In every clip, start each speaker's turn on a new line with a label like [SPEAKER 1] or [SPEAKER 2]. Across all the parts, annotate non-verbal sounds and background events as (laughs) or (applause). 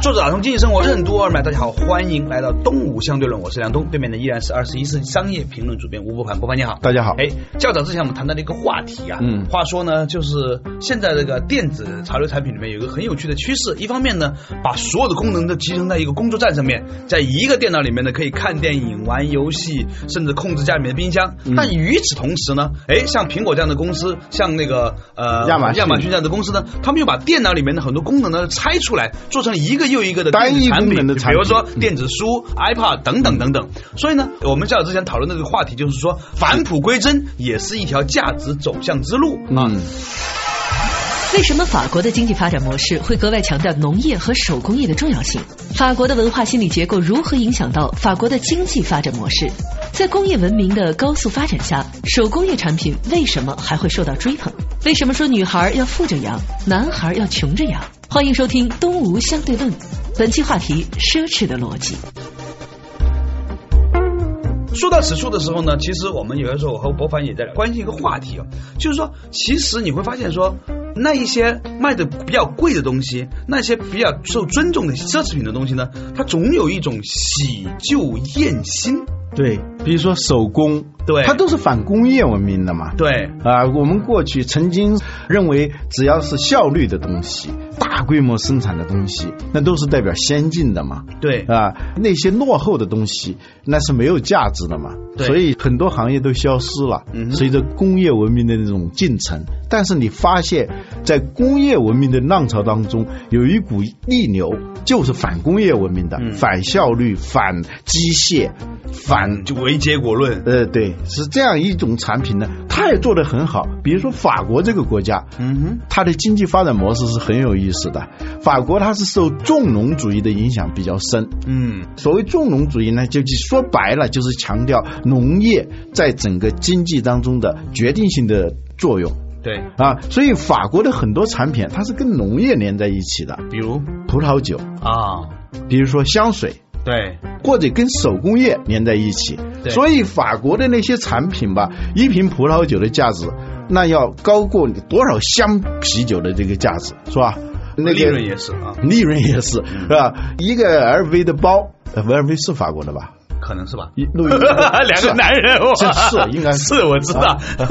[SPEAKER 1] 作者打通经济生活任督二脉，大家好，欢迎来到东吴相对论，我是梁东，对面的依然是二十一世纪商业评论主编吴伯凡，伯凡你好，
[SPEAKER 2] 大家好
[SPEAKER 1] 哎，较早之前我们谈到了一个话题啊，
[SPEAKER 2] 嗯
[SPEAKER 1] 话说呢，就是现在这个电子潮流产品里面有一个很有趣的趋势，一方面呢，把所有的功能都集成在一个工作站上面，在一个电脑里面呢，可以看电影、玩游戏，甚至控制家里面的冰箱。
[SPEAKER 2] 嗯
[SPEAKER 1] 但与此同时呢，哎，像苹果这样的公司，像那个呃
[SPEAKER 2] 亚马逊
[SPEAKER 1] 亚马逊这样的公司呢，他们又把电脑里面的很多功能呢拆出来，做成一个又一个的
[SPEAKER 2] 单一
[SPEAKER 1] 呃电子产品
[SPEAKER 2] 功能的产品
[SPEAKER 1] 比如说电子书、iPad 等等等等。所以呢，我们较早之前讨论的这个话题就是说，返璞归真也是一条价值走向之路。
[SPEAKER 2] 嗯，
[SPEAKER 3] 为什么法国的经济发展模式会格外强调农业和手工业的重要性？法国的文化心理结构如何影响到法国的经济发展模式？在工业文明的高速发展下，手工业产品为什么还会受到追捧？为什么说女孩要富着养，男孩要穷着养？欢迎收听《东吴相对论》，本期话题：奢侈的逻辑。
[SPEAKER 1] 说到此处的时候呢，其实我们有的时候我和博凡也在关心一个话题啊，就是说，其实你会发现说，那一些卖的比较贵的东西，那些比较受尊重的奢侈品的东西呢，它总有一种喜旧厌新。
[SPEAKER 2] 对，比如说手工，
[SPEAKER 1] 对
[SPEAKER 2] 它都是反工业文明的嘛。
[SPEAKER 1] 对，
[SPEAKER 2] 啊、我们过去曾经认为，只要是效率的东西、大规模生产的东西，那都是代表先进的嘛。
[SPEAKER 1] 对，
[SPEAKER 2] 啊、那些落后的东西，那是没有价值的嘛。
[SPEAKER 1] 对
[SPEAKER 2] 所以很多行业都消失了。
[SPEAKER 1] 嗯哼
[SPEAKER 2] 随着工业文明的那种进程，但是你发现，在工业文明的浪潮当中，有一股逆流，就是反工业文明的，
[SPEAKER 1] 嗯
[SPEAKER 2] 反效率、反机械、反。
[SPEAKER 1] 嗯就唯结果论。
[SPEAKER 2] 呃，对，是这样一种产品呢，它也做得很好。比如说法国这个国家，
[SPEAKER 1] 嗯哼，
[SPEAKER 2] 它的经济发展模式是很有意思的。法国它是受重农主义的影响比较深，
[SPEAKER 1] 嗯，
[SPEAKER 2] 所谓重农主义呢，就是说白了，就是强调农业在整个经济当中的决定性的作用
[SPEAKER 1] 对，
[SPEAKER 2] 啊。所以法国的很多产品它是跟农业连在一起的，
[SPEAKER 1] 比如
[SPEAKER 2] 葡萄酒，
[SPEAKER 1] 啊，
[SPEAKER 2] 比如说香水，
[SPEAKER 1] 对，
[SPEAKER 2] 或者跟手工业连在一起。
[SPEAKER 1] 对
[SPEAKER 2] 所以法国的那些产品吧，一瓶葡萄酒的价值，那要高过你多少箱啤酒的这个价值，是吧？那个
[SPEAKER 1] 利润也是啊，
[SPEAKER 2] 利润也是，是吧？一个 LV 的包呃，LV 是法国的吧？
[SPEAKER 1] 可能是吧。 (laughs)
[SPEAKER 2] 一啊录音
[SPEAKER 1] 两个男人，我
[SPEAKER 2] 这是应该是啊
[SPEAKER 1] 是我知
[SPEAKER 2] (laughs)
[SPEAKER 1] 道。 (laughs)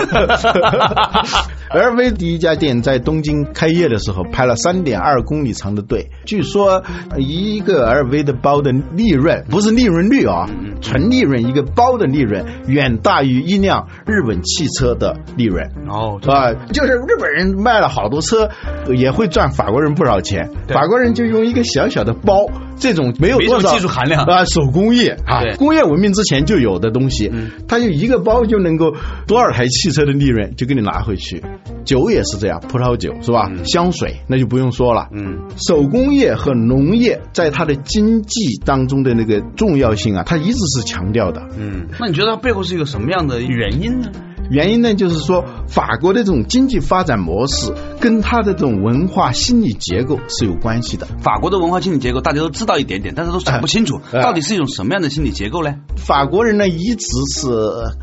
[SPEAKER 2] LV 第一家店在东京开业的时候排了三点二公里长的队，据说呃一个 LV 的包的利润不是利润率啊，
[SPEAKER 1] 嗯
[SPEAKER 2] 纯利润一个包的利润远大于一辆日本汽车的利润。
[SPEAKER 1] 哦，
[SPEAKER 2] 啊，就是日本人卖了好多车，也会赚法国人不少钱。
[SPEAKER 1] 对
[SPEAKER 2] 法国人就用一个小小的包，这种没有
[SPEAKER 1] 没什么
[SPEAKER 2] 多少
[SPEAKER 1] 技术含量
[SPEAKER 2] 啊，手工业啊
[SPEAKER 1] 对，嗯
[SPEAKER 2] 工业文明之前就有的东西，它就一个包就能够多少台汽车的利润就给你拿回去。酒也是这样，葡萄酒是吧？香水那就不用说了，
[SPEAKER 1] 嗯，
[SPEAKER 2] 手工业和农业在它的经济当中的那个重要性啊，它一直是强调的。
[SPEAKER 1] 嗯，那你觉得它背后是一个什么样的原因呢？
[SPEAKER 2] 原因呢，就是说法国的这种经济发展模式跟它的这种文化心理结构是有关系的。
[SPEAKER 1] 法国的文化心理结构大家都知道一点点，但是都想不
[SPEAKER 2] (laughs)
[SPEAKER 1] 清楚
[SPEAKER 2] 哎哎
[SPEAKER 1] 到底是一种什么样的心理结构呢？
[SPEAKER 2] 法国人呢，一直是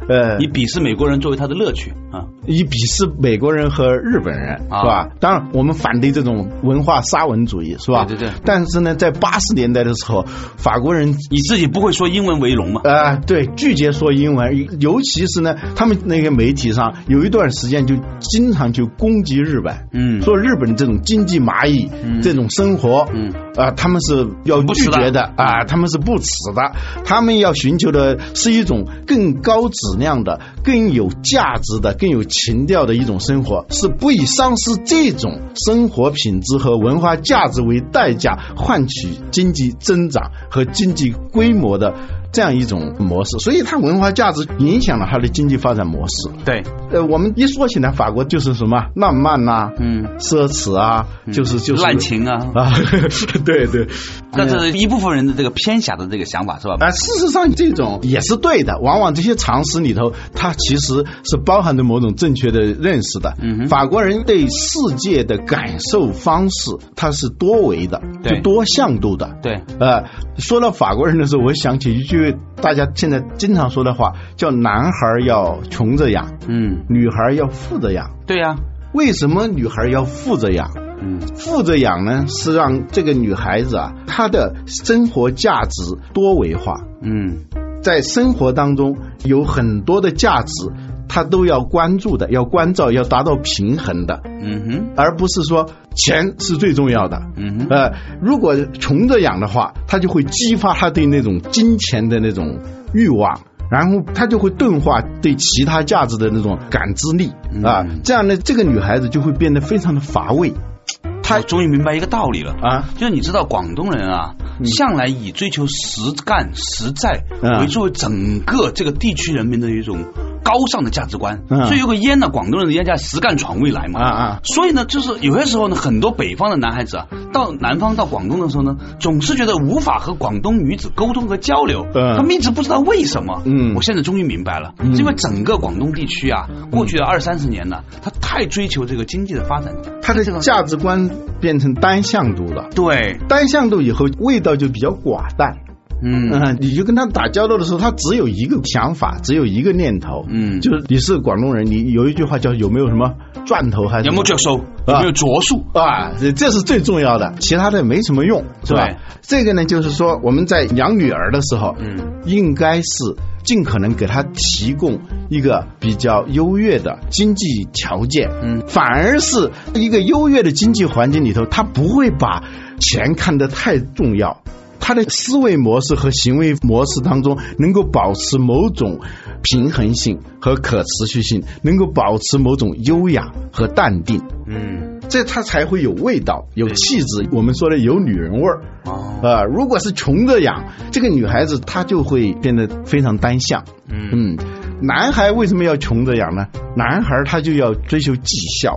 [SPEAKER 2] 呃
[SPEAKER 1] 你鄙视美国人作为他的乐趣啊？
[SPEAKER 2] 以鄙视美国人和日本人，
[SPEAKER 1] 啊
[SPEAKER 2] 是吧？当然，我们反对这种文化沙文主义，是吧？
[SPEAKER 1] 对对对
[SPEAKER 2] 但是呢，在八十年代的时候，法国人
[SPEAKER 1] 你自己不会说英文为荣吗？
[SPEAKER 2] 啊，对，拒绝说英文，尤其是呢，他们那个媒体上有一段时间就经常就攻击日本，
[SPEAKER 1] 嗯
[SPEAKER 2] 说日本这种经济蚂蚁，这种生活，
[SPEAKER 1] 嗯，
[SPEAKER 2] 啊，他们是要
[SPEAKER 1] 不
[SPEAKER 2] 拒
[SPEAKER 1] 耻的嗯
[SPEAKER 2] 绝的啊，他们是不耻的，他们要寻求的是一种更高质量的、更有价值的、更有情调的一种生活，是不以丧失这种生活品质和文化价值为代价，换取经济增长和经济规模的这样一种模式。所以，它文化价值影响了它的经济发展模式。
[SPEAKER 1] 对，
[SPEAKER 2] 呃，我们一说起来，法国就是什么浪漫呐、
[SPEAKER 1] 嗯，
[SPEAKER 2] 奢侈啊，就是就是
[SPEAKER 1] 滥情啊，
[SPEAKER 2] (laughs) 啊，对对，哎
[SPEAKER 1] 那是一部分人的这个偏狭的这个想法是吧？
[SPEAKER 2] 啊，事实上这种也是对的。往往这些常识里头，它其实是包含着某种正确的认识的。
[SPEAKER 1] 嗯哼
[SPEAKER 2] 法国人对世界的感受方式，它是多维的，
[SPEAKER 1] 对
[SPEAKER 2] 就多向度的。
[SPEAKER 1] 对，
[SPEAKER 2] 呃，说到法国人的时候，我想起一句大家现在经常说的话，叫“男孩儿要穷着养，
[SPEAKER 1] 嗯，
[SPEAKER 2] 女孩儿要富着养”。
[SPEAKER 1] 对呀、
[SPEAKER 2] 为什么女孩要富着养？
[SPEAKER 1] 嗯，
[SPEAKER 2] 富着养呢，是让这个女孩子啊，她的生活价值多维化，
[SPEAKER 1] 嗯，
[SPEAKER 2] 在生活当中有很多的价值，她都要关注的，要关照，要达到平衡的，
[SPEAKER 1] 嗯哼，
[SPEAKER 2] 而不是说钱是最重要的。
[SPEAKER 1] 嗯哼，
[SPEAKER 2] 呃，如果穷着养的话，她就会激发她对那种金钱的那种欲望。然后她就会钝化对其他价值的那种感知力啊，这样呢，这个女孩子就会变得非常的乏味
[SPEAKER 1] 他终于明白一个道理了。
[SPEAKER 2] 啊。
[SPEAKER 1] 就是你知道广东人啊，向来以追求实干实在
[SPEAKER 2] 嗯
[SPEAKER 1] 为作为整个这个地区人民的一种高尚的价值观，
[SPEAKER 2] 嗯
[SPEAKER 1] 所以有个烟呢，广东人的烟叫实干闯未来嘛。
[SPEAKER 2] 啊啊
[SPEAKER 1] 所以呢，就是有些时候呢，很多北方的男孩子啊，到南方到广东的时候呢，总是觉得无法和广东女子沟通和交流，
[SPEAKER 2] 嗯
[SPEAKER 1] 他们一直不知道为什么。
[SPEAKER 2] 嗯
[SPEAKER 1] 我现在终于明白了，是因为整个广东地区啊，过去的二三十年呢，他太追求这个经济的发展，
[SPEAKER 2] 他的
[SPEAKER 1] 这个
[SPEAKER 2] 价值观变成单向度了。
[SPEAKER 1] 对，
[SPEAKER 2] 单向度以后，味道就比较寡淡。
[SPEAKER 1] 嗯
[SPEAKER 2] 嗯、你就跟他打交道的时候，他只有一个想法，只有一个念头。
[SPEAKER 1] 嗯
[SPEAKER 2] 就是你是广东人，你有一句话叫有没有什么赚头还是
[SPEAKER 1] 有没有
[SPEAKER 2] 什
[SPEAKER 1] 着
[SPEAKER 2] 么
[SPEAKER 1] 手，有没有着数？
[SPEAKER 2] 啊？这这是最重要的，其他的没什么用，是吧
[SPEAKER 1] 对？
[SPEAKER 2] 这个呢，就是说我们在养女儿的时候，
[SPEAKER 1] 嗯，
[SPEAKER 2] 应该是尽可能给她提供一个比较优越的经济条件，
[SPEAKER 1] 嗯，
[SPEAKER 2] 反而是一个优越的经济环境里头，他不会把钱看得太重要。他的思维模式和行为模式当中，能够保持某种平衡性和可持续性，能够保持某种优雅和淡定，
[SPEAKER 1] 嗯，
[SPEAKER 2] 这他才会有味道、有气质。我们说的有女人味儿。
[SPEAKER 1] 哦，
[SPEAKER 2] 呃，如果是穷着养，这个女孩子她就会变得非常单向。
[SPEAKER 1] 嗯
[SPEAKER 2] 嗯，男孩为什么要穷着养呢？男孩他就要追求绩效，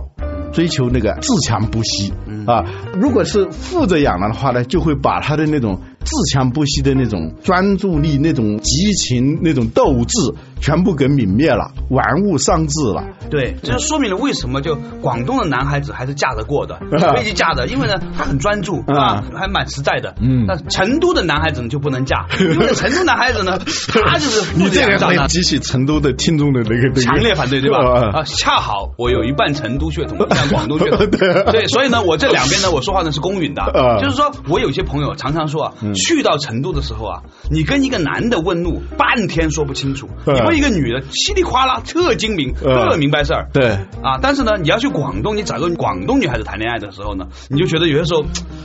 [SPEAKER 2] 追求那个自强不息
[SPEAKER 1] 嗯
[SPEAKER 2] 啊。如果是富着养了的话呢，就会把他的那种自强不息的那种专注力、那种激情、那种斗志，全部给泯灭了，玩物丧志了。
[SPEAKER 1] 对，这就说明了为什么就广东的男孩子还是嫁得过的，
[SPEAKER 2] 啊
[SPEAKER 1] 可以嫁的，因为呢他很专注啊，还蛮实在的。
[SPEAKER 2] 嗯
[SPEAKER 1] 那成都的男孩子呢就不能嫁，因为成都男
[SPEAKER 2] (laughs)
[SPEAKER 1] 孩子呢，他就是 (laughs)
[SPEAKER 2] 你这个
[SPEAKER 1] 样
[SPEAKER 2] 会
[SPEAKER 1] 的。
[SPEAKER 2] 激起成都的听众的那个那个
[SPEAKER 1] 啊强烈反对，对吧？
[SPEAKER 2] (laughs) 啊
[SPEAKER 1] 啊，恰好我有一半成都血统，一半广东血统，
[SPEAKER 2] (laughs) 对
[SPEAKER 1] 对，所以呢，我这两边呢，我说话呢是公允
[SPEAKER 2] (laughs)
[SPEAKER 1] 的
[SPEAKER 2] 啊，嗯
[SPEAKER 1] 就是说我有些朋友常常说啊，去到成都的时候啊，你跟一个男的问路，半天说不清楚，
[SPEAKER 2] 啊
[SPEAKER 1] 你问一个女的稀里哗啦，特精明，
[SPEAKER 2] 啊
[SPEAKER 1] 特明白事儿，
[SPEAKER 2] 对。
[SPEAKER 1] 啊，但是呢，你要去广东，你找个广东女孩子谈恋爱的时候呢，你就觉得有些时候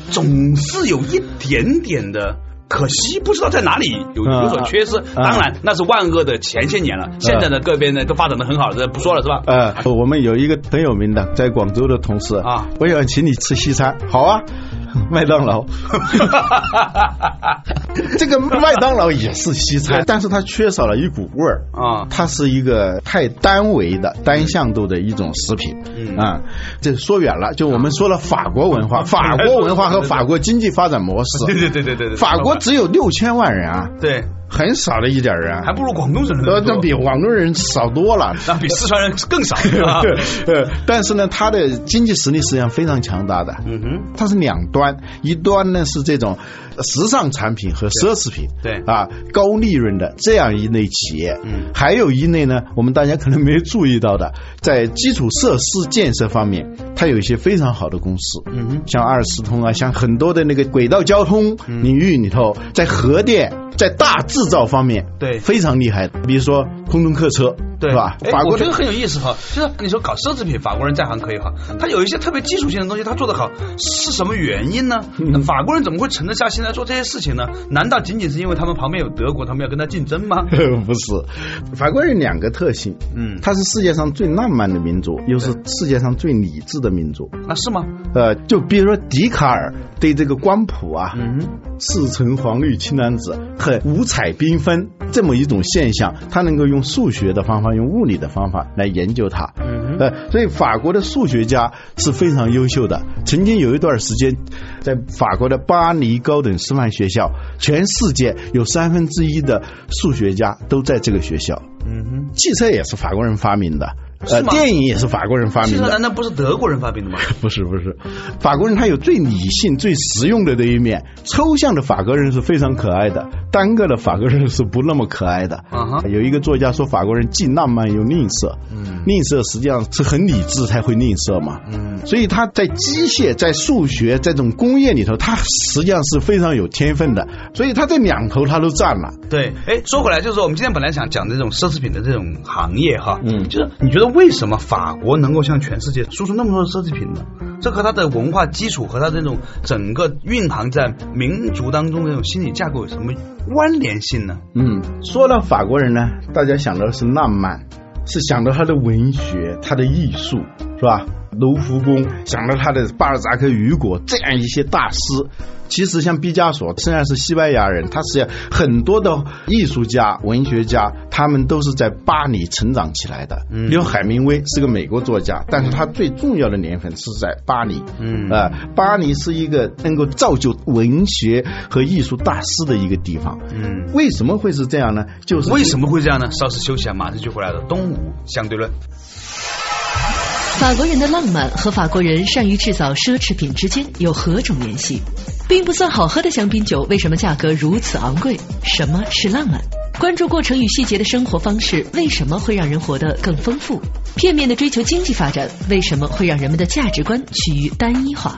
[SPEAKER 1] 总是有一点点的。可惜不知道在哪里有
[SPEAKER 2] 嗯
[SPEAKER 1] 有所缺失，当然那是万恶的前些
[SPEAKER 2] 啊
[SPEAKER 1] 年了。现在呢，各边呢都发展的很好，这不说了是吧？
[SPEAKER 2] 呃，我们有一个很有名的在广州的同事
[SPEAKER 1] 啊，
[SPEAKER 2] 我想请你吃西餐，好啊， (laughs) 麦当
[SPEAKER 1] (laughs)
[SPEAKER 2] 劳，这个麦当劳也是西餐，但是它缺少了一股味儿。
[SPEAKER 1] 啊，
[SPEAKER 2] 它是一个太单维的、单向度的一种食品，
[SPEAKER 1] 嗯啊
[SPEAKER 2] 啊、这说远了，就我们说了法国文化，法国文化和法国经济发展模
[SPEAKER 1] (laughs) (laughs) 对
[SPEAKER 2] 式，
[SPEAKER 1] 对对对对对，
[SPEAKER 2] 法国只有六千万人啊，
[SPEAKER 1] 对，
[SPEAKER 2] 很少的一点人啊，
[SPEAKER 1] 还不如广东人
[SPEAKER 2] 呃，
[SPEAKER 1] 呢，
[SPEAKER 2] 那比广东人少多
[SPEAKER 1] (laughs)
[SPEAKER 2] 了，
[SPEAKER 1] 那比四川人更少。是吧
[SPEAKER 2] 呃，但是呢，它的经济实力实际上非常强大的，
[SPEAKER 1] 嗯哼，
[SPEAKER 2] 它是两端，一端呢是这种时尚产品和奢侈品，
[SPEAKER 1] 对对
[SPEAKER 2] 啊，高利润的这样一类企业，
[SPEAKER 1] 嗯
[SPEAKER 2] 还有一类呢，我们大家可能没注意到的，在基础设施建设方面，它有一些非常好的公司，
[SPEAKER 1] 嗯哼，
[SPEAKER 2] 像二十通啊，像很多的那个轨道交通
[SPEAKER 1] 嗯
[SPEAKER 2] 领域里头，在核电、在大制造方面，
[SPEAKER 1] 对
[SPEAKER 2] 非常厉害。比如说空中客车，
[SPEAKER 1] 对
[SPEAKER 2] 是吧？
[SPEAKER 1] 哎
[SPEAKER 2] 法国
[SPEAKER 1] 我觉
[SPEAKER 2] 的
[SPEAKER 1] 得很有意思哈，就是你说搞奢侈品，法国人在行可以哈，他有一些特别基础性的东西，他做得好，是什么原因呢？
[SPEAKER 2] 嗯
[SPEAKER 1] 法国人怎么会沉得下心来做这些事情呢？难道仅仅是因为他们旁边有德国，他们要跟他竞争吗？
[SPEAKER 2] (laughs) 不是，法国人有两个特性，
[SPEAKER 1] 嗯，
[SPEAKER 2] 它是世界上最浪漫的民族，又是世界上最理智的民族。
[SPEAKER 1] 啊是吗？
[SPEAKER 2] 呃，就比如说笛卡尔对这个光谱啊，
[SPEAKER 1] 嗯，
[SPEAKER 2] 赤橙黄绿青蓝紫，很五彩缤纷这么一种现象，他能够用数学的方法，用物理的方法来研究它。
[SPEAKER 1] 嗯
[SPEAKER 2] 呃，所以法国的数学家是非常优秀的。曾经有一段时间，在法国的巴黎高等师范学校，全世界有三分之一的数学家都在这个学校。
[SPEAKER 1] 嗯哼，
[SPEAKER 2] 汽车也是法国人发明的，
[SPEAKER 1] 是
[SPEAKER 2] 呃，
[SPEAKER 1] 吗
[SPEAKER 2] 电影也是法国人发
[SPEAKER 1] 汽
[SPEAKER 2] 明
[SPEAKER 1] 车
[SPEAKER 2] 的
[SPEAKER 1] 难。道不是德国人发明的吗？
[SPEAKER 2] (laughs) 不是不是，法国人他有最理性、最实用的那一面，抽象的法国人是非常可爱的，单个的法国人是不那么可爱的。
[SPEAKER 1] 啊哈，
[SPEAKER 2] 有一个作家说，法国人既浪漫又吝啬，嗯，吝啬实际上是很理智才会吝啬嘛，嗯，所以他在机械、在数学、在这种工业里头，他实际上是非常有天分的，所以他这两头他都占了。
[SPEAKER 1] 对，哎，说回来，就是说我们今天本来想讲这种奢侈品的这种行业哈，
[SPEAKER 2] 嗯
[SPEAKER 1] 就是你觉得为什么法国能够向全世界输出那么多的奢侈品呢？这和它的文化基础和它这种整个蕴含在民族当中的这种心理架构有什么关联性呢？
[SPEAKER 2] 嗯，说到法国人呢，大家想到的是浪漫，是想到他的文学、他的艺术，是吧？卢浮宫，想到他的巴尔扎克、雨果这样一些大师。其实像毕加索，虽然是西班牙人，他实际上很多的艺术家、文学家，他们都是在巴黎成长起来的。
[SPEAKER 1] 嗯
[SPEAKER 2] 你有海明威是个美国作家，但是他最重要的年份是在巴黎。
[SPEAKER 1] 嗯
[SPEAKER 2] 呃，巴黎是一个能够造就文学和艺术大师的一个地方。
[SPEAKER 1] 嗯，
[SPEAKER 2] 为什么会是这样呢？就是
[SPEAKER 1] 为什么会这样呢？稍事休息啊，马上就回来了。东吴相对论，
[SPEAKER 3] 法国人的浪漫和法国人善于制造奢侈品之间有何种联系？并不算好喝的香槟酒为什么价格如此昂贵？什么是浪漫？关注过程与细节的生活方式为什么会让人活得更丰富？片面的追求经济发展为什么会让人们的价值观趋于单一化？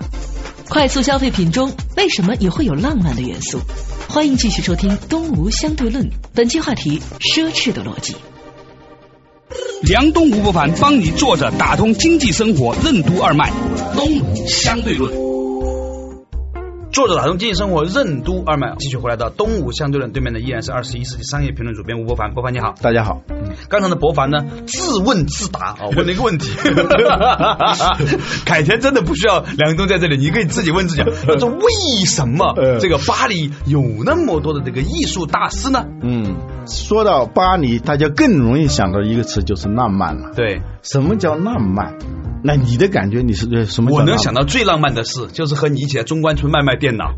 [SPEAKER 3] 快速消费品中为什么也会有浪漫的元素？欢迎继续收听《东吴相对论》，本期话题：奢侈的逻辑。
[SPEAKER 4] 梁东吴不凡帮你坐着打通经济生活任督二脉，东吴相对论。
[SPEAKER 1] 作者打通经济生活任督二脉，继续回来到东吴相对论对面的依然是二十一世纪商业评论主编吴伯凡，伯凡你好。
[SPEAKER 2] 大家好，
[SPEAKER 1] 刚才的博凡呢，自问自答啊、问了一个问题。 (laughs) 凯田真的不需要梁东在这里，你可以自己问自 (laughs) 己，这为什么
[SPEAKER 2] 呃
[SPEAKER 1] 这个巴黎有那么多的这个艺术大师呢？
[SPEAKER 2] 嗯，说到巴黎，大家更容易想到一个词就是浪漫了。
[SPEAKER 1] 对，
[SPEAKER 2] 什么叫浪漫？那你的感觉你是对什么叫
[SPEAKER 1] 我
[SPEAKER 2] 浪漫？
[SPEAKER 1] 能想到最浪漫的事，就是和你一起在中关村卖卖
[SPEAKER 2] (laughs)
[SPEAKER 1] 电脑。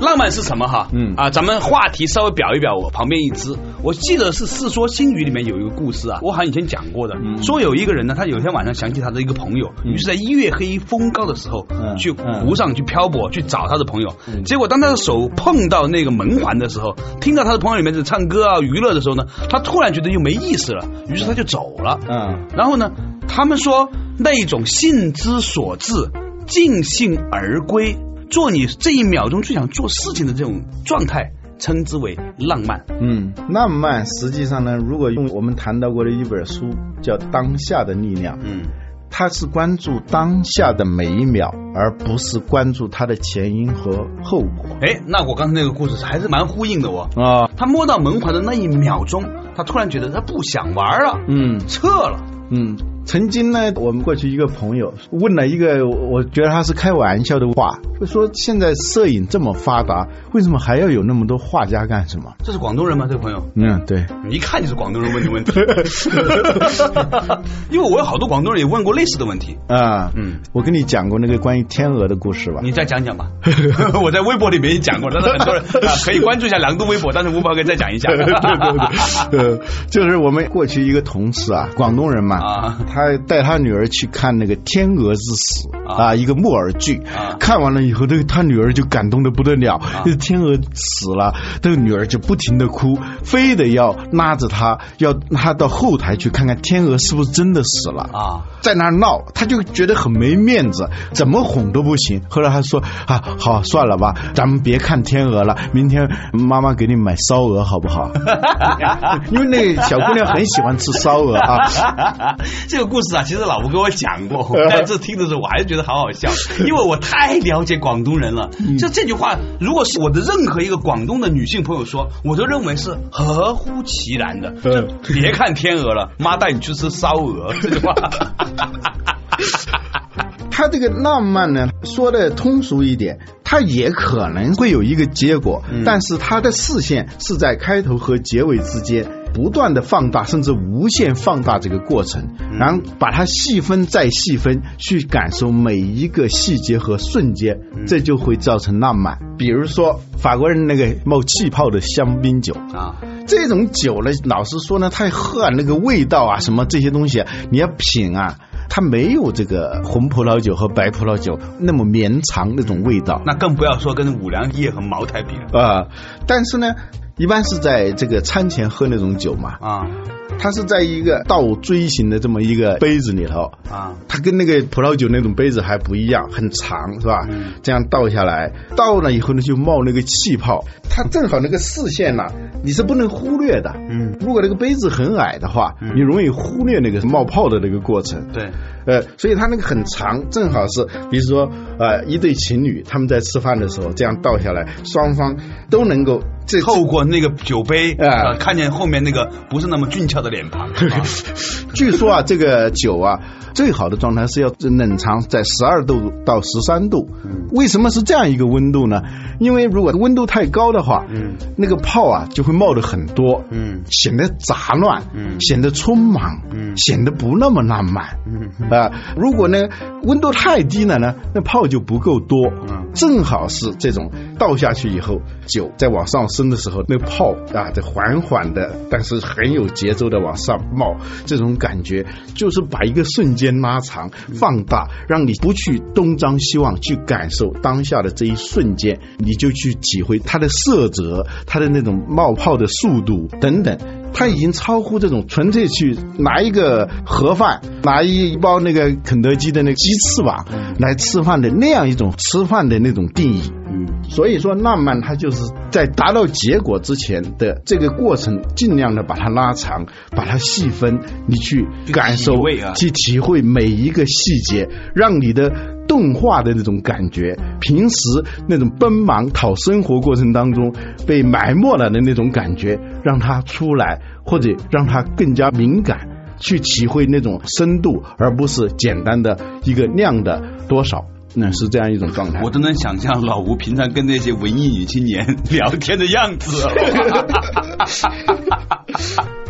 [SPEAKER 1] 浪漫是什么哈？
[SPEAKER 2] 嗯
[SPEAKER 1] 啊，咱们话题稍微表一表我旁边一只，我记得是《世说新语》里面有一个故事啊，我好像以前讲过的，
[SPEAKER 2] 嗯
[SPEAKER 1] 说有一个人呢，他有一天晚上想起他的一个朋友，于是在一月黑风高的时候、
[SPEAKER 2] 嗯
[SPEAKER 1] 去
[SPEAKER 2] 嗯
[SPEAKER 1] 湖上去漂泊去找他的朋友，结果当他的手碰到那个门环的时候，听到他的朋友里面在唱歌啊娱乐的时候呢，他突然觉得又没意思了，于是他就走了。
[SPEAKER 2] 嗯，
[SPEAKER 1] 然后呢，他们说那一种兴之所至，尽兴而归，做你这一秒钟最想做事情的这种状态，称之为浪漫。
[SPEAKER 2] 嗯，浪漫实际上呢，如果用我们谈到过的一本书叫《当下的力量》，
[SPEAKER 1] 嗯
[SPEAKER 2] 它是关注当下的每一秒，而不是关注它的前因和后果。
[SPEAKER 1] 哎，那我刚才那个故事还是蛮呼应的哦。
[SPEAKER 2] 啊、
[SPEAKER 1] 他摸到门环的那一秒钟，他突然觉得他不想玩了，
[SPEAKER 2] 嗯
[SPEAKER 1] 撤了。
[SPEAKER 2] 嗯，曾经呢，我们过去一个朋友问了一个，我觉得他是开玩笑的话，就说现在摄影这么发达，为什么还要有那么多画家干什么？
[SPEAKER 1] 这是广东人吗？这个朋友，
[SPEAKER 2] 嗯，对，
[SPEAKER 1] 你一看就是广东人问你问 (laughs) 题，因为我有好多广东人也问过类似的问题。
[SPEAKER 2] 啊，
[SPEAKER 1] 嗯，
[SPEAKER 2] 我跟你讲过那个关于天鹅的故事吧？
[SPEAKER 1] (laughs) 你再讲
[SPEAKER 2] (laughs)
[SPEAKER 1] 讲吧，我在微博里面也讲过，但是很多人、啊、可以关注一下梁东微博，但是吴宝可以再讲一下。
[SPEAKER 2] 对
[SPEAKER 1] 嗯
[SPEAKER 2] 对对， (laughs) 呃，就是我们过去一个同事啊，广东人嘛，
[SPEAKER 1] (laughs) 啊
[SPEAKER 2] 他带他女儿去看那个《天鹅之死》，啊，一个木偶剧
[SPEAKER 1] 啊。
[SPEAKER 2] 看完了以后，这个他女儿就感动的不得了，这天鹅死了，这个女儿就不停的哭，非得要拉着他，要他到后台去看看天鹅是不是真的死了
[SPEAKER 1] 啊， (laughs)
[SPEAKER 2] 在那儿闹，他就觉得很没面子，怎么哄都不行。后来他说啊，好算了吧，咱们别看天鹅了，明天妈妈给你买烧鹅好不好？ (laughs) 因为那个小姑娘很喜欢吃烧鹅啊。
[SPEAKER 1] (laughs)
[SPEAKER 5] 这个故事啊，其实老吴跟我讲
[SPEAKER 2] (laughs)
[SPEAKER 5] 过，但这听的时候我还是觉得好好笑，因为我太了解广东人了。
[SPEAKER 2] 嗯
[SPEAKER 1] 就这句话，如果是我的任何一个广东的女性朋友说，我都认为是合乎其
[SPEAKER 2] (laughs)
[SPEAKER 1] 然的。
[SPEAKER 2] 嗯
[SPEAKER 1] 就别看天鹅了，妈带你去吃
[SPEAKER 2] (laughs)
[SPEAKER 1] 烧鹅，这句话。 (laughs)
[SPEAKER 2] 他这个浪漫呢，说的通俗一点，他也可能会有一个结果，但是他的视线是在开头和结尾之间不断的放大，甚至无限放大这个过程，然后把它细分再细分，去感受每一个细节和瞬间，这就会造成浪漫。比如说法国人那个冒气泡的香槟酒
[SPEAKER 1] 啊，
[SPEAKER 2] 这种酒呢，老实说呢，它喝啊那个味道啊，什么这些东西、啊，你要品啊，它没有这个红葡萄酒和白葡萄酒那么绵长那种味道
[SPEAKER 5] 那更不要说跟五粮液和茅台比了
[SPEAKER 2] 啊、但是呢，一般是在这个餐前喝那种酒嘛，
[SPEAKER 5] 啊
[SPEAKER 2] 它是在一个倒锥形的这么一个杯子里头，
[SPEAKER 5] 啊！
[SPEAKER 2] 它跟那个葡萄酒那种杯子还不一样，很长是吧？
[SPEAKER 5] 嗯
[SPEAKER 2] 这样倒下来，倒了以后呢，就冒那个气泡，它正好那个视线呐、你是不能忽略的。嗯，如果那个杯子很矮的话，你容易忽略那个冒泡的那个过程。
[SPEAKER 5] 嗯对，
[SPEAKER 2] 呃，所以它那个很长，正好是，比如说，呃，一对情侣他们在吃饭的时候这样倒下来，双方都能够这
[SPEAKER 5] 透过那个酒杯
[SPEAKER 2] 哎
[SPEAKER 5] 啊，看见后面那个不是那么俊俏的脸
[SPEAKER 2] (laughs)
[SPEAKER 5] 庞。啊
[SPEAKER 2] 据说啊，这个酒啊，最好的状态是要冷藏在十二度到十三度。为什么是这样一个温度呢？因为如果温度太高的话，嗯，那个泡啊就会冒的很多，嗯，显得杂乱，嗯，显得匆忙，嗯，显得不那么浪漫，嗯啊、如果呢温度太低了呢，那泡就不够多，嗯，正好是这种倒下去以后，酒在往上升的时候，那个泡啊在缓缓的，但是很有节奏的往上冒，这种感觉就是把一个瞬间拉长、放大，让你不去东张西望，去感受当下的这一瞬间，你就去体会它的色泽、它的那种冒泡的速度等等。它已经超乎这种纯粹去拿一个盒饭、拿一包那个肯德基的那个鸡翅膀来吃饭的那样一种吃饭的那种定义。所以说，浪漫它就是在达到结果之前的这个过程，尽量的把它拉长，把它细分，你去感受、
[SPEAKER 5] 体味啊
[SPEAKER 2] 去体会每一个细节，让你的动画的那种感觉，平时那种奔忙讨生活过程当中被埋没了的那种感觉，让它出来，或者让它更加敏感。去体会那种深度，而不是简单的一个量的多少，那是这样一种状态。
[SPEAKER 5] 我都能想象老吴平常跟那些文艺女青年聊天的样子。
[SPEAKER 2] (laughs)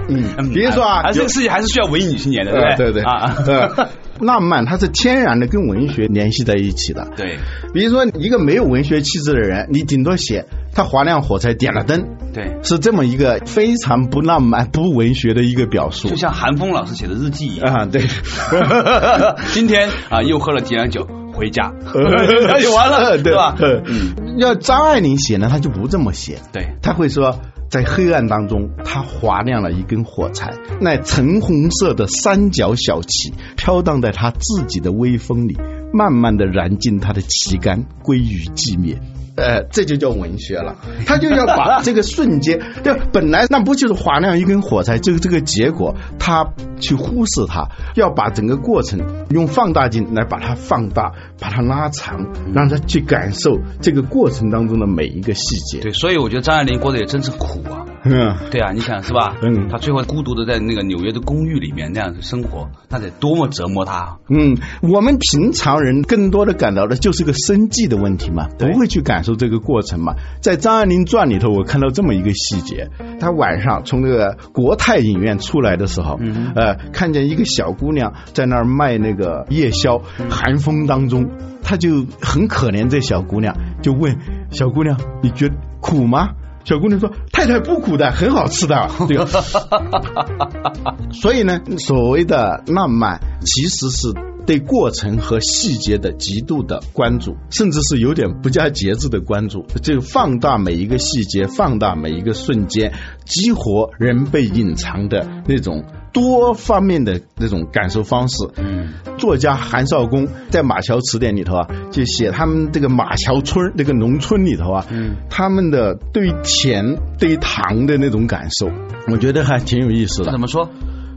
[SPEAKER 2] 嗯，比如说啊，
[SPEAKER 5] 还是这
[SPEAKER 2] 有
[SPEAKER 5] 个世界还是需要文艺女青年的，对
[SPEAKER 2] 呃
[SPEAKER 5] 不对？
[SPEAKER 2] 对对
[SPEAKER 5] 啊，
[SPEAKER 2] 呃
[SPEAKER 5] (laughs)
[SPEAKER 2] 浪漫它是天然的跟文学联系在一起的。
[SPEAKER 5] 对
[SPEAKER 2] 比如说，一个没有文学气质的人，你顶多写他划亮火柴点了灯，
[SPEAKER 5] 对，
[SPEAKER 2] 是这么一个非常不浪漫、不文学的一个表述
[SPEAKER 5] 就像韩风老师写的日记一样。(laughs)
[SPEAKER 2] 啊。对，嗯
[SPEAKER 5] 今天啊，又喝了几两酒，回
[SPEAKER 2] (laughs)
[SPEAKER 5] 家，那 (laughs) 就完了，对吧？
[SPEAKER 2] 哎嗯，要张爱玲写呢，她就不这么写。
[SPEAKER 5] 对，
[SPEAKER 2] 他会说，在黑暗当中，他划亮了一根火柴，那橙红色的三角小旗飘荡在他自己的微风里，慢慢的燃尽他的旗杆，归于寂灭。呃，这就叫文学了，他就要把这个瞬间，就本来那不就是划亮一根火柴，这个这个结果，他去忽视它，要把整个过程用放大镜来把它放大，把它拉长，让他去感受这个过程当中的每一个细节。
[SPEAKER 5] 对，所以我觉得张爱玲过得也真是苦啊。
[SPEAKER 2] 嗯。
[SPEAKER 5] 对啊，你想是吧？
[SPEAKER 2] 嗯
[SPEAKER 5] 她最后孤独的在那个纽约的公寓里面那样生活，那得多么折磨她啊！
[SPEAKER 2] 嗯，我们平常人更多的感到的就是个生计的问题嘛，不会去感受这个过程嘛。在《张爱玲传》里头，我看到这么一个细节：她晚上从那个国泰影院出来的时候，呃，看见一个小姑娘在那儿卖那个夜宵，寒风当中，她就很可怜这小姑娘，就问小姑娘：“你觉得苦吗？”小姑娘说：“太太不苦的，很好吃的。”这个，所以呢，所谓的浪漫其实是对过程和细节的极度的关注，甚至是有点不加节制的关注，这个放大每一个细节，放大每一个瞬间，激活人被隐藏的那种。多方面的那种感受方式，嗯，作家韩少功在《马桥词典》里头啊，就写他们这个马桥村那个农村里头啊，嗯，他们的对于甜、对于糖的那种感受，我觉得还挺有意思的
[SPEAKER 1] 怎。么说？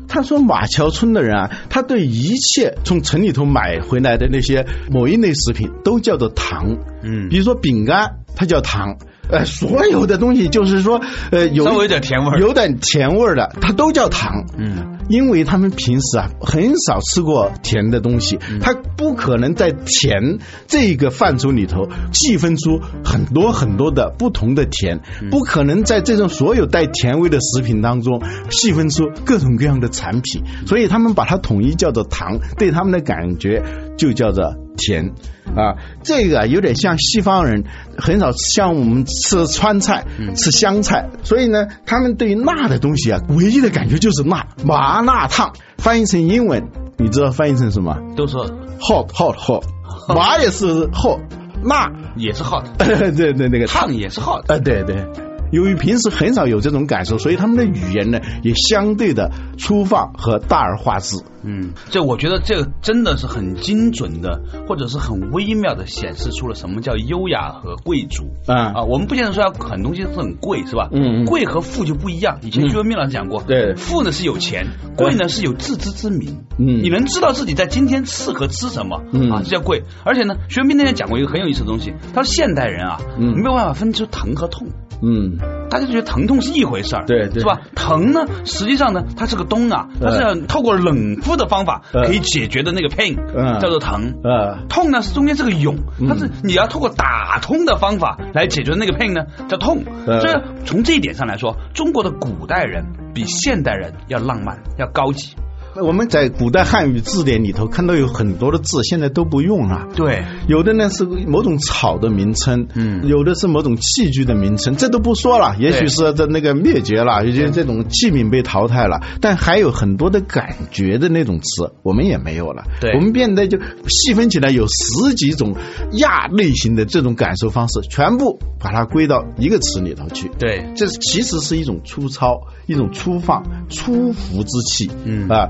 [SPEAKER 2] 他说马桥村的人啊，他对一切从城里头买回来的那些某一类食品都叫做糖，嗯，比如说饼干，它叫糖。呃，所有的东西就是说，呃，有
[SPEAKER 5] 稍微有点甜味儿
[SPEAKER 2] 有点甜味儿的，它都叫糖。嗯，因为他们平时啊很少吃过甜的东西，
[SPEAKER 5] 嗯
[SPEAKER 2] 他不可能在甜这个范畴里头细分出很多很多的不同的甜，
[SPEAKER 5] 嗯
[SPEAKER 2] 不可能在这种所有带甜味的食品当中细分出各种各样的产品，所以他们把它统一叫做糖，对他们的感觉就叫做甜啊，这个啊有点像西方人很少像我们吃川菜、吃湘菜，所以呢，他们对于辣的东西啊，唯一的感觉就是辣，麻辣烫。翻译成英文，你知道翻译成什么
[SPEAKER 5] 都说
[SPEAKER 2] ？hot hot hot，麻也是 hot，辣， (laughs)
[SPEAKER 5] 也是 hot，
[SPEAKER 2] 对对那个
[SPEAKER 5] 烫也是 hot，
[SPEAKER 2] 啊，对对。由于平时很少有这种感受，所以他们的语言呢也相对的粗放和大而化之。
[SPEAKER 5] 嗯，
[SPEAKER 1] 这我觉得这个真的是很精准的，或者是很微妙的显示出了什么叫优雅和贵族
[SPEAKER 2] 啊
[SPEAKER 1] 啊！我们不见得说要很东西是很贵是吧？
[SPEAKER 2] 嗯嗯嗯
[SPEAKER 1] 贵和富就不一样。以前徐文斌老师讲过，
[SPEAKER 2] 对
[SPEAKER 1] 富呢是有钱，贵呢是有自知之明。
[SPEAKER 2] 嗯
[SPEAKER 1] 你能知道自己在今天适合吃什么
[SPEAKER 2] 嗯
[SPEAKER 1] 啊，这叫贵。而且呢，徐文斌那天讲过一个很有意思的东西，他说现代人啊，
[SPEAKER 2] 嗯
[SPEAKER 1] 没有办法分出疼和痛。
[SPEAKER 2] 嗯，
[SPEAKER 1] 大家就觉得疼痛是一回事儿，
[SPEAKER 2] 对对
[SPEAKER 1] 是吧？疼呢，实际上呢，它是个东啊，它是要透过冷敷的方法
[SPEAKER 2] 嗯
[SPEAKER 1] 可以解决的那个 pain，、
[SPEAKER 2] 嗯
[SPEAKER 1] 叫做疼。
[SPEAKER 2] 呃，
[SPEAKER 1] 痛呢是中间是个涌，它是你要透过打通的方法来解决那个 pain 呢，叫痛。
[SPEAKER 2] 嗯
[SPEAKER 1] 所以从这一点上来说，中国的古代人比现代人要浪漫，要高级。
[SPEAKER 2] 我们在古代汉语字典里头看到有很多的字，现在都不用了。
[SPEAKER 1] 对，
[SPEAKER 2] 有的呢是某种草的名称，嗯，有的是某种器具的名称，这都不说了。也许是这那个灭绝了，也许这种器皿被淘汰了，但还有很多的感觉的那种词，我们也没有了。
[SPEAKER 1] 对
[SPEAKER 2] 我们变得就细分起来有十几种亚类型的这种感受方式，全部把它归到一个词里头去。
[SPEAKER 1] 对，
[SPEAKER 2] 这其实是一种粗糙、一种粗放、粗浮之气。嗯啊，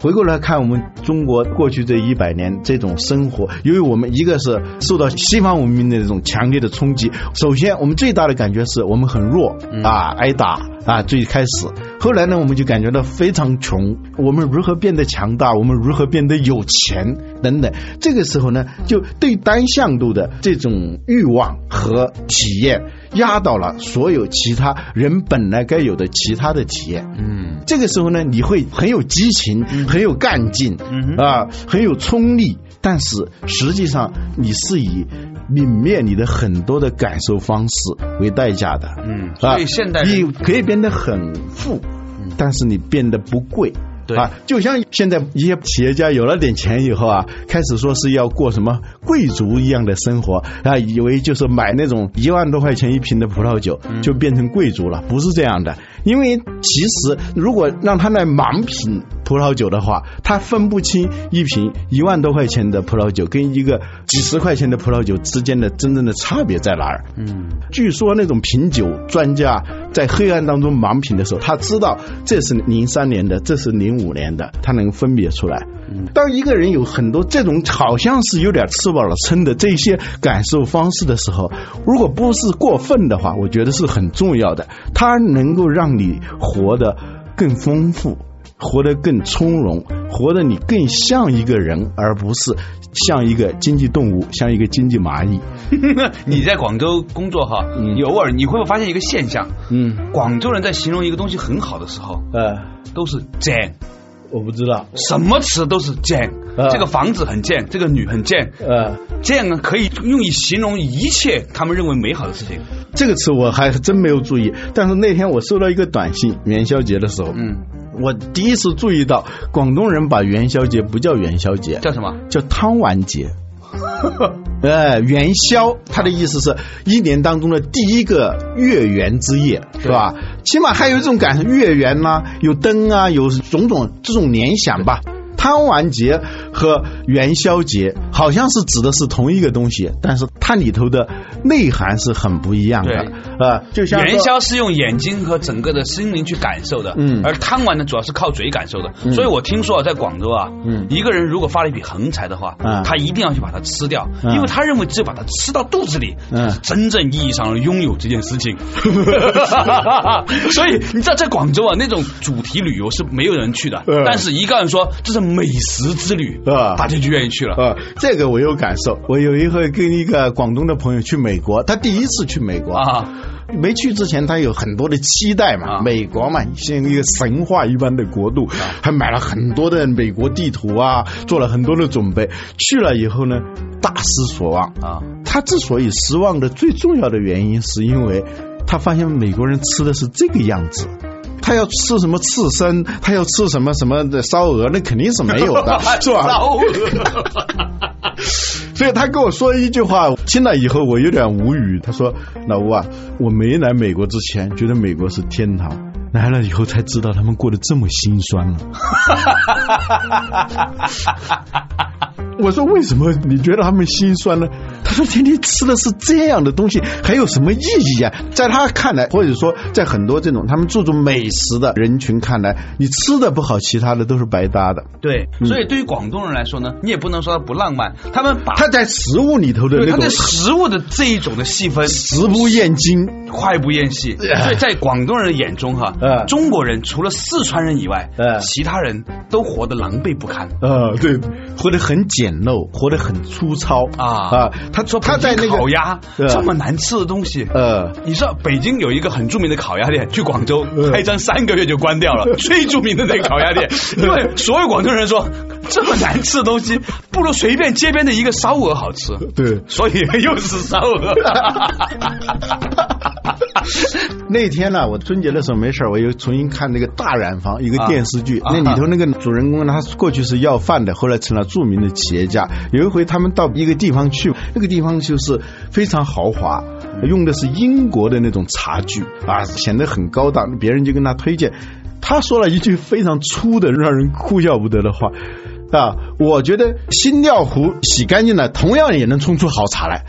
[SPEAKER 2] 回过来看我们中国过去这一百年这种生活，由于我们一个是受到西方文明的这种强烈的冲击，首先我们最大的感觉是我们很弱啊，挨打啊，最开始。后来呢，我们就感觉到非常穷，我们如何变得强大，我们如何变得有钱等等。这个时候呢，就对单向度的这种欲望和体验压倒了所有其他人本来该有的其他的体验。嗯，这个时候呢，你会很有激情，很有干劲，啊、很有冲力。但是实际上，你是以泯灭你的很多的感受方式为代价的。嗯，
[SPEAKER 1] 所以现代人嗯
[SPEAKER 2] 你可以变得很富，但是你变得不贵。
[SPEAKER 1] 对
[SPEAKER 2] 啊，就像现在一些企业家有了点钱以后啊，开始说是要过什么贵族一样的生活啊，以为就是买那种一万多块钱一瓶的葡萄酒
[SPEAKER 1] 嗯
[SPEAKER 2] 就变成贵族了，不是这样的。因为其实如果让他来盲品葡萄酒的话，他分不清一瓶一万多块钱的葡萄酒跟一个几十块钱的葡萄酒之间的真正的差别在哪儿。
[SPEAKER 1] 嗯
[SPEAKER 2] 据说那种品酒专家在黑暗当中盲品的时候，他知道这是零三年的，这是零五年的，他能分别出来。当一个人有很多这种好像是有点吃饱了撑的这些感受方式的时候，如果不是过分的话，我觉得是很重要的。它能够让你活得更丰富，活得更从容，活得你更像一个人，而不是像一个经济动物，像一个经济蚂蚁。
[SPEAKER 1] (laughs) 你在广州工作哈，
[SPEAKER 2] 嗯
[SPEAKER 1] 你偶尔你会不会发现一个现象？
[SPEAKER 2] 嗯，
[SPEAKER 1] 广州人在形容一个东西很好的时候，
[SPEAKER 2] 呃，
[SPEAKER 1] 都是正。
[SPEAKER 2] 我不知道。
[SPEAKER 1] 什么词都是贱，
[SPEAKER 2] 呃
[SPEAKER 1] 这个房子很贱，这个女很贱，
[SPEAKER 2] 呃，
[SPEAKER 1] 贱呢可以用以形容一切他们认为美好的事情。
[SPEAKER 2] 这个词我还真没有注意，但是那天我收到一个短信，元宵节的时候，
[SPEAKER 1] 嗯，
[SPEAKER 2] 我第一次注意到广东人把元宵节不叫元宵节，
[SPEAKER 1] 叫什么？
[SPEAKER 2] 叫汤丸
[SPEAKER 1] (laughs)
[SPEAKER 2] 节。呃，元宵，它的意思是一年当中的第一个月圆之夜，是吧？啊起码还有一种感受，月圆呐、有灯啊，有种种这种联想吧。贪玩节和元宵节好像是指的是同一个东西，但是它里头的内涵是很不一样的。呃，就像说
[SPEAKER 1] 元宵是用眼睛和整个的心灵去感受的，
[SPEAKER 2] 嗯
[SPEAKER 1] 而贪玩呢主要是靠嘴感受的。所以我听说啊，在广州啊，
[SPEAKER 2] 嗯
[SPEAKER 1] 一个人如果发了一笔横财的话，
[SPEAKER 2] 嗯
[SPEAKER 1] 他一定要去把它吃掉，
[SPEAKER 2] 嗯
[SPEAKER 1] 因为他认为只有把它吃到肚子里，
[SPEAKER 2] 嗯
[SPEAKER 1] 才是真正意义上的拥有这件事情。 (laughs) 所以你知道，在广州啊，那种主题旅游是没有人去的，
[SPEAKER 2] 嗯
[SPEAKER 1] 但是一个人说这是美食之旅，
[SPEAKER 2] 啊
[SPEAKER 1] 大家就愿意去了。
[SPEAKER 2] 呃，这个我有感受。我有一回跟一个广东的朋友去美国，他第一次去美国
[SPEAKER 1] 啊，
[SPEAKER 2] 没去之前他有很多的期待嘛，
[SPEAKER 1] 啊
[SPEAKER 2] 美国嘛，像一个神话一般的国度，还买了很多的美国地图啊，做了很多的准备。去了以后呢，大失所望
[SPEAKER 1] 啊。
[SPEAKER 2] 他之所以失望的最重要的原因，是因为他发现美国人吃的是这个样子。他要吃什么刺身，他要吃什么什么的烧鹅，那肯定是没有
[SPEAKER 1] (laughs)
[SPEAKER 2] 的，
[SPEAKER 1] 哎
[SPEAKER 2] 是吧？
[SPEAKER 5] 烧鹅，
[SPEAKER 2] 所以他跟我说一句话，听了以后我有点无语。他说：“老吴啊，我没来美国之前觉得美国是天堂，来了以后才知道他们过得这么心酸了。”我说：“为什么你觉得他们心酸呢？”他说：“天天吃的是这样的东西，还有什么意义啊？”在他看来，或者说在很多这种他们注重美食的人群看来，你吃的不好，其他的都是白搭的。
[SPEAKER 1] 对，所以对于广东人来说呢，你也不能说他不浪漫，他们把
[SPEAKER 2] 他在食物里头的
[SPEAKER 1] 对
[SPEAKER 2] 那
[SPEAKER 1] 他
[SPEAKER 2] 种
[SPEAKER 1] 对食物的这一种的细分，
[SPEAKER 2] 食不厌精。
[SPEAKER 1] 快不厌细。所以在广东人的眼中哈，
[SPEAKER 2] 嗯
[SPEAKER 1] 中国人除了四川人以外，
[SPEAKER 2] 嗯
[SPEAKER 1] 其他人都活得狼狈不堪。
[SPEAKER 2] 呃，对，活得很简陋，活得很粗糙
[SPEAKER 1] 啊
[SPEAKER 2] 啊！他
[SPEAKER 1] 说
[SPEAKER 2] 他在那
[SPEAKER 1] 北京
[SPEAKER 2] 个
[SPEAKER 1] 烤鸭
[SPEAKER 2] 呃
[SPEAKER 1] 这么难吃的东西，
[SPEAKER 2] 呃，
[SPEAKER 1] 你知道北京有一个很著名的烤鸭店，去广州
[SPEAKER 2] 嗯
[SPEAKER 1] 开张三个月就关掉了，最著名的那个烤
[SPEAKER 2] (laughs)
[SPEAKER 1] 鸭店，
[SPEAKER 2] 嗯
[SPEAKER 1] 因为所有广东人说这么难吃的东西，不如随便街边的一个烧鹅好吃。
[SPEAKER 2] 对，
[SPEAKER 1] 所以又是
[SPEAKER 2] (laughs)
[SPEAKER 1] 烧鹅。
[SPEAKER 2] 那天呢，我春节的时候没事儿我又重新看那个《大染坊》一个
[SPEAKER 1] 啊
[SPEAKER 2] 电视剧，
[SPEAKER 1] 啊
[SPEAKER 2] 那里头那个主人公呢，他过去是要饭的，后来成了著名的企业家。有一回他们到一个地方去，那个地方就是非常豪华。
[SPEAKER 1] 嗯
[SPEAKER 2] 用的是英国的那种茶具啊，显得很高档。别人就跟他推荐，他说了一句非常粗的、让人哭笑不得的话啊！我觉得新尿壶洗干净了，同样也能冲出好
[SPEAKER 5] (laughs)
[SPEAKER 2] 茶来。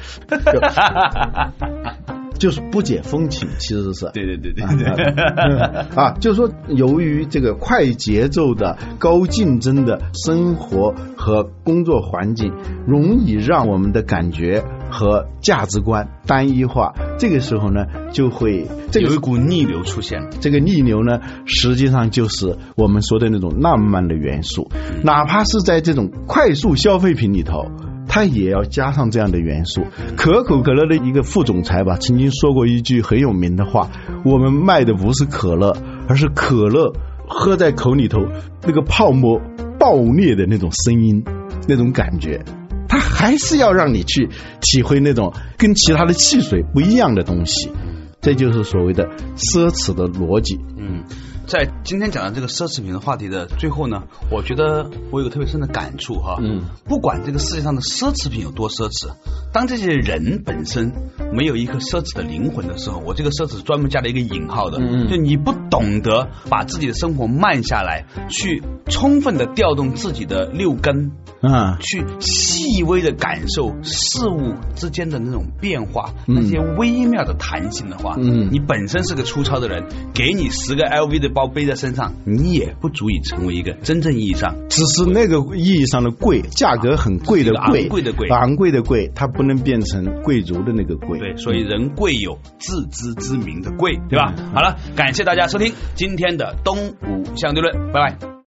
[SPEAKER 2] 就是不解风情，其实是
[SPEAKER 5] 对对对对对，
[SPEAKER 2] 啊啊啊，就是说，由于这个快节奏的、高竞争的生活和工作环境，容易让我们的感觉和价值观单一化。这个时候呢，就会这
[SPEAKER 1] 有一
[SPEAKER 2] 个
[SPEAKER 1] 股逆流出现，
[SPEAKER 2] 这个逆流呢，实际上就是我们说的那种浪漫的元素，哪怕是在这种快速消费品里头。它也要加上这样的元素。可口可乐的一个副总裁吧，曾经说过一句很有名的话：“我们卖的不是可乐，而是可乐喝在口里头那个泡沫爆裂的那种声音，那种感觉。”它还是要让你去体会那种跟其他的汽水不一样的东西。这就是所谓的奢侈的逻辑。
[SPEAKER 1] 嗯，在今天讲的这个奢侈品的话题的最后呢，我觉得我有个特别深的感触哈。
[SPEAKER 2] 嗯，
[SPEAKER 1] 不管这个世界上的奢侈品有多奢侈，当这些人本身没有一颗奢侈的灵魂的时候，我这个奢侈是专门加了一个引号的，
[SPEAKER 2] 嗯嗯
[SPEAKER 1] 就你不懂得把自己的生活慢下来，去充分的调动自己的六根，
[SPEAKER 2] 啊，
[SPEAKER 1] 去细微的感受事物之间的那种变化，
[SPEAKER 2] 嗯
[SPEAKER 1] 那些微妙的弹性的话，
[SPEAKER 2] 嗯
[SPEAKER 1] 你本身是个粗糙的人，给你十个 LV 的包背在身上，你也不足以成为一个真正意义上
[SPEAKER 2] 只是那个意义上的贵，价格很贵的
[SPEAKER 1] 是一个
[SPEAKER 2] 贵，
[SPEAKER 1] 昂贵的贵
[SPEAKER 2] 昂贵的贵，它不能变成贵族的那个贵。
[SPEAKER 1] 对，所以人贵有自知
[SPEAKER 2] 嗯
[SPEAKER 1] 之明的贵，对吧？好了，感谢大家收听今天的东吴相对论，拜拜。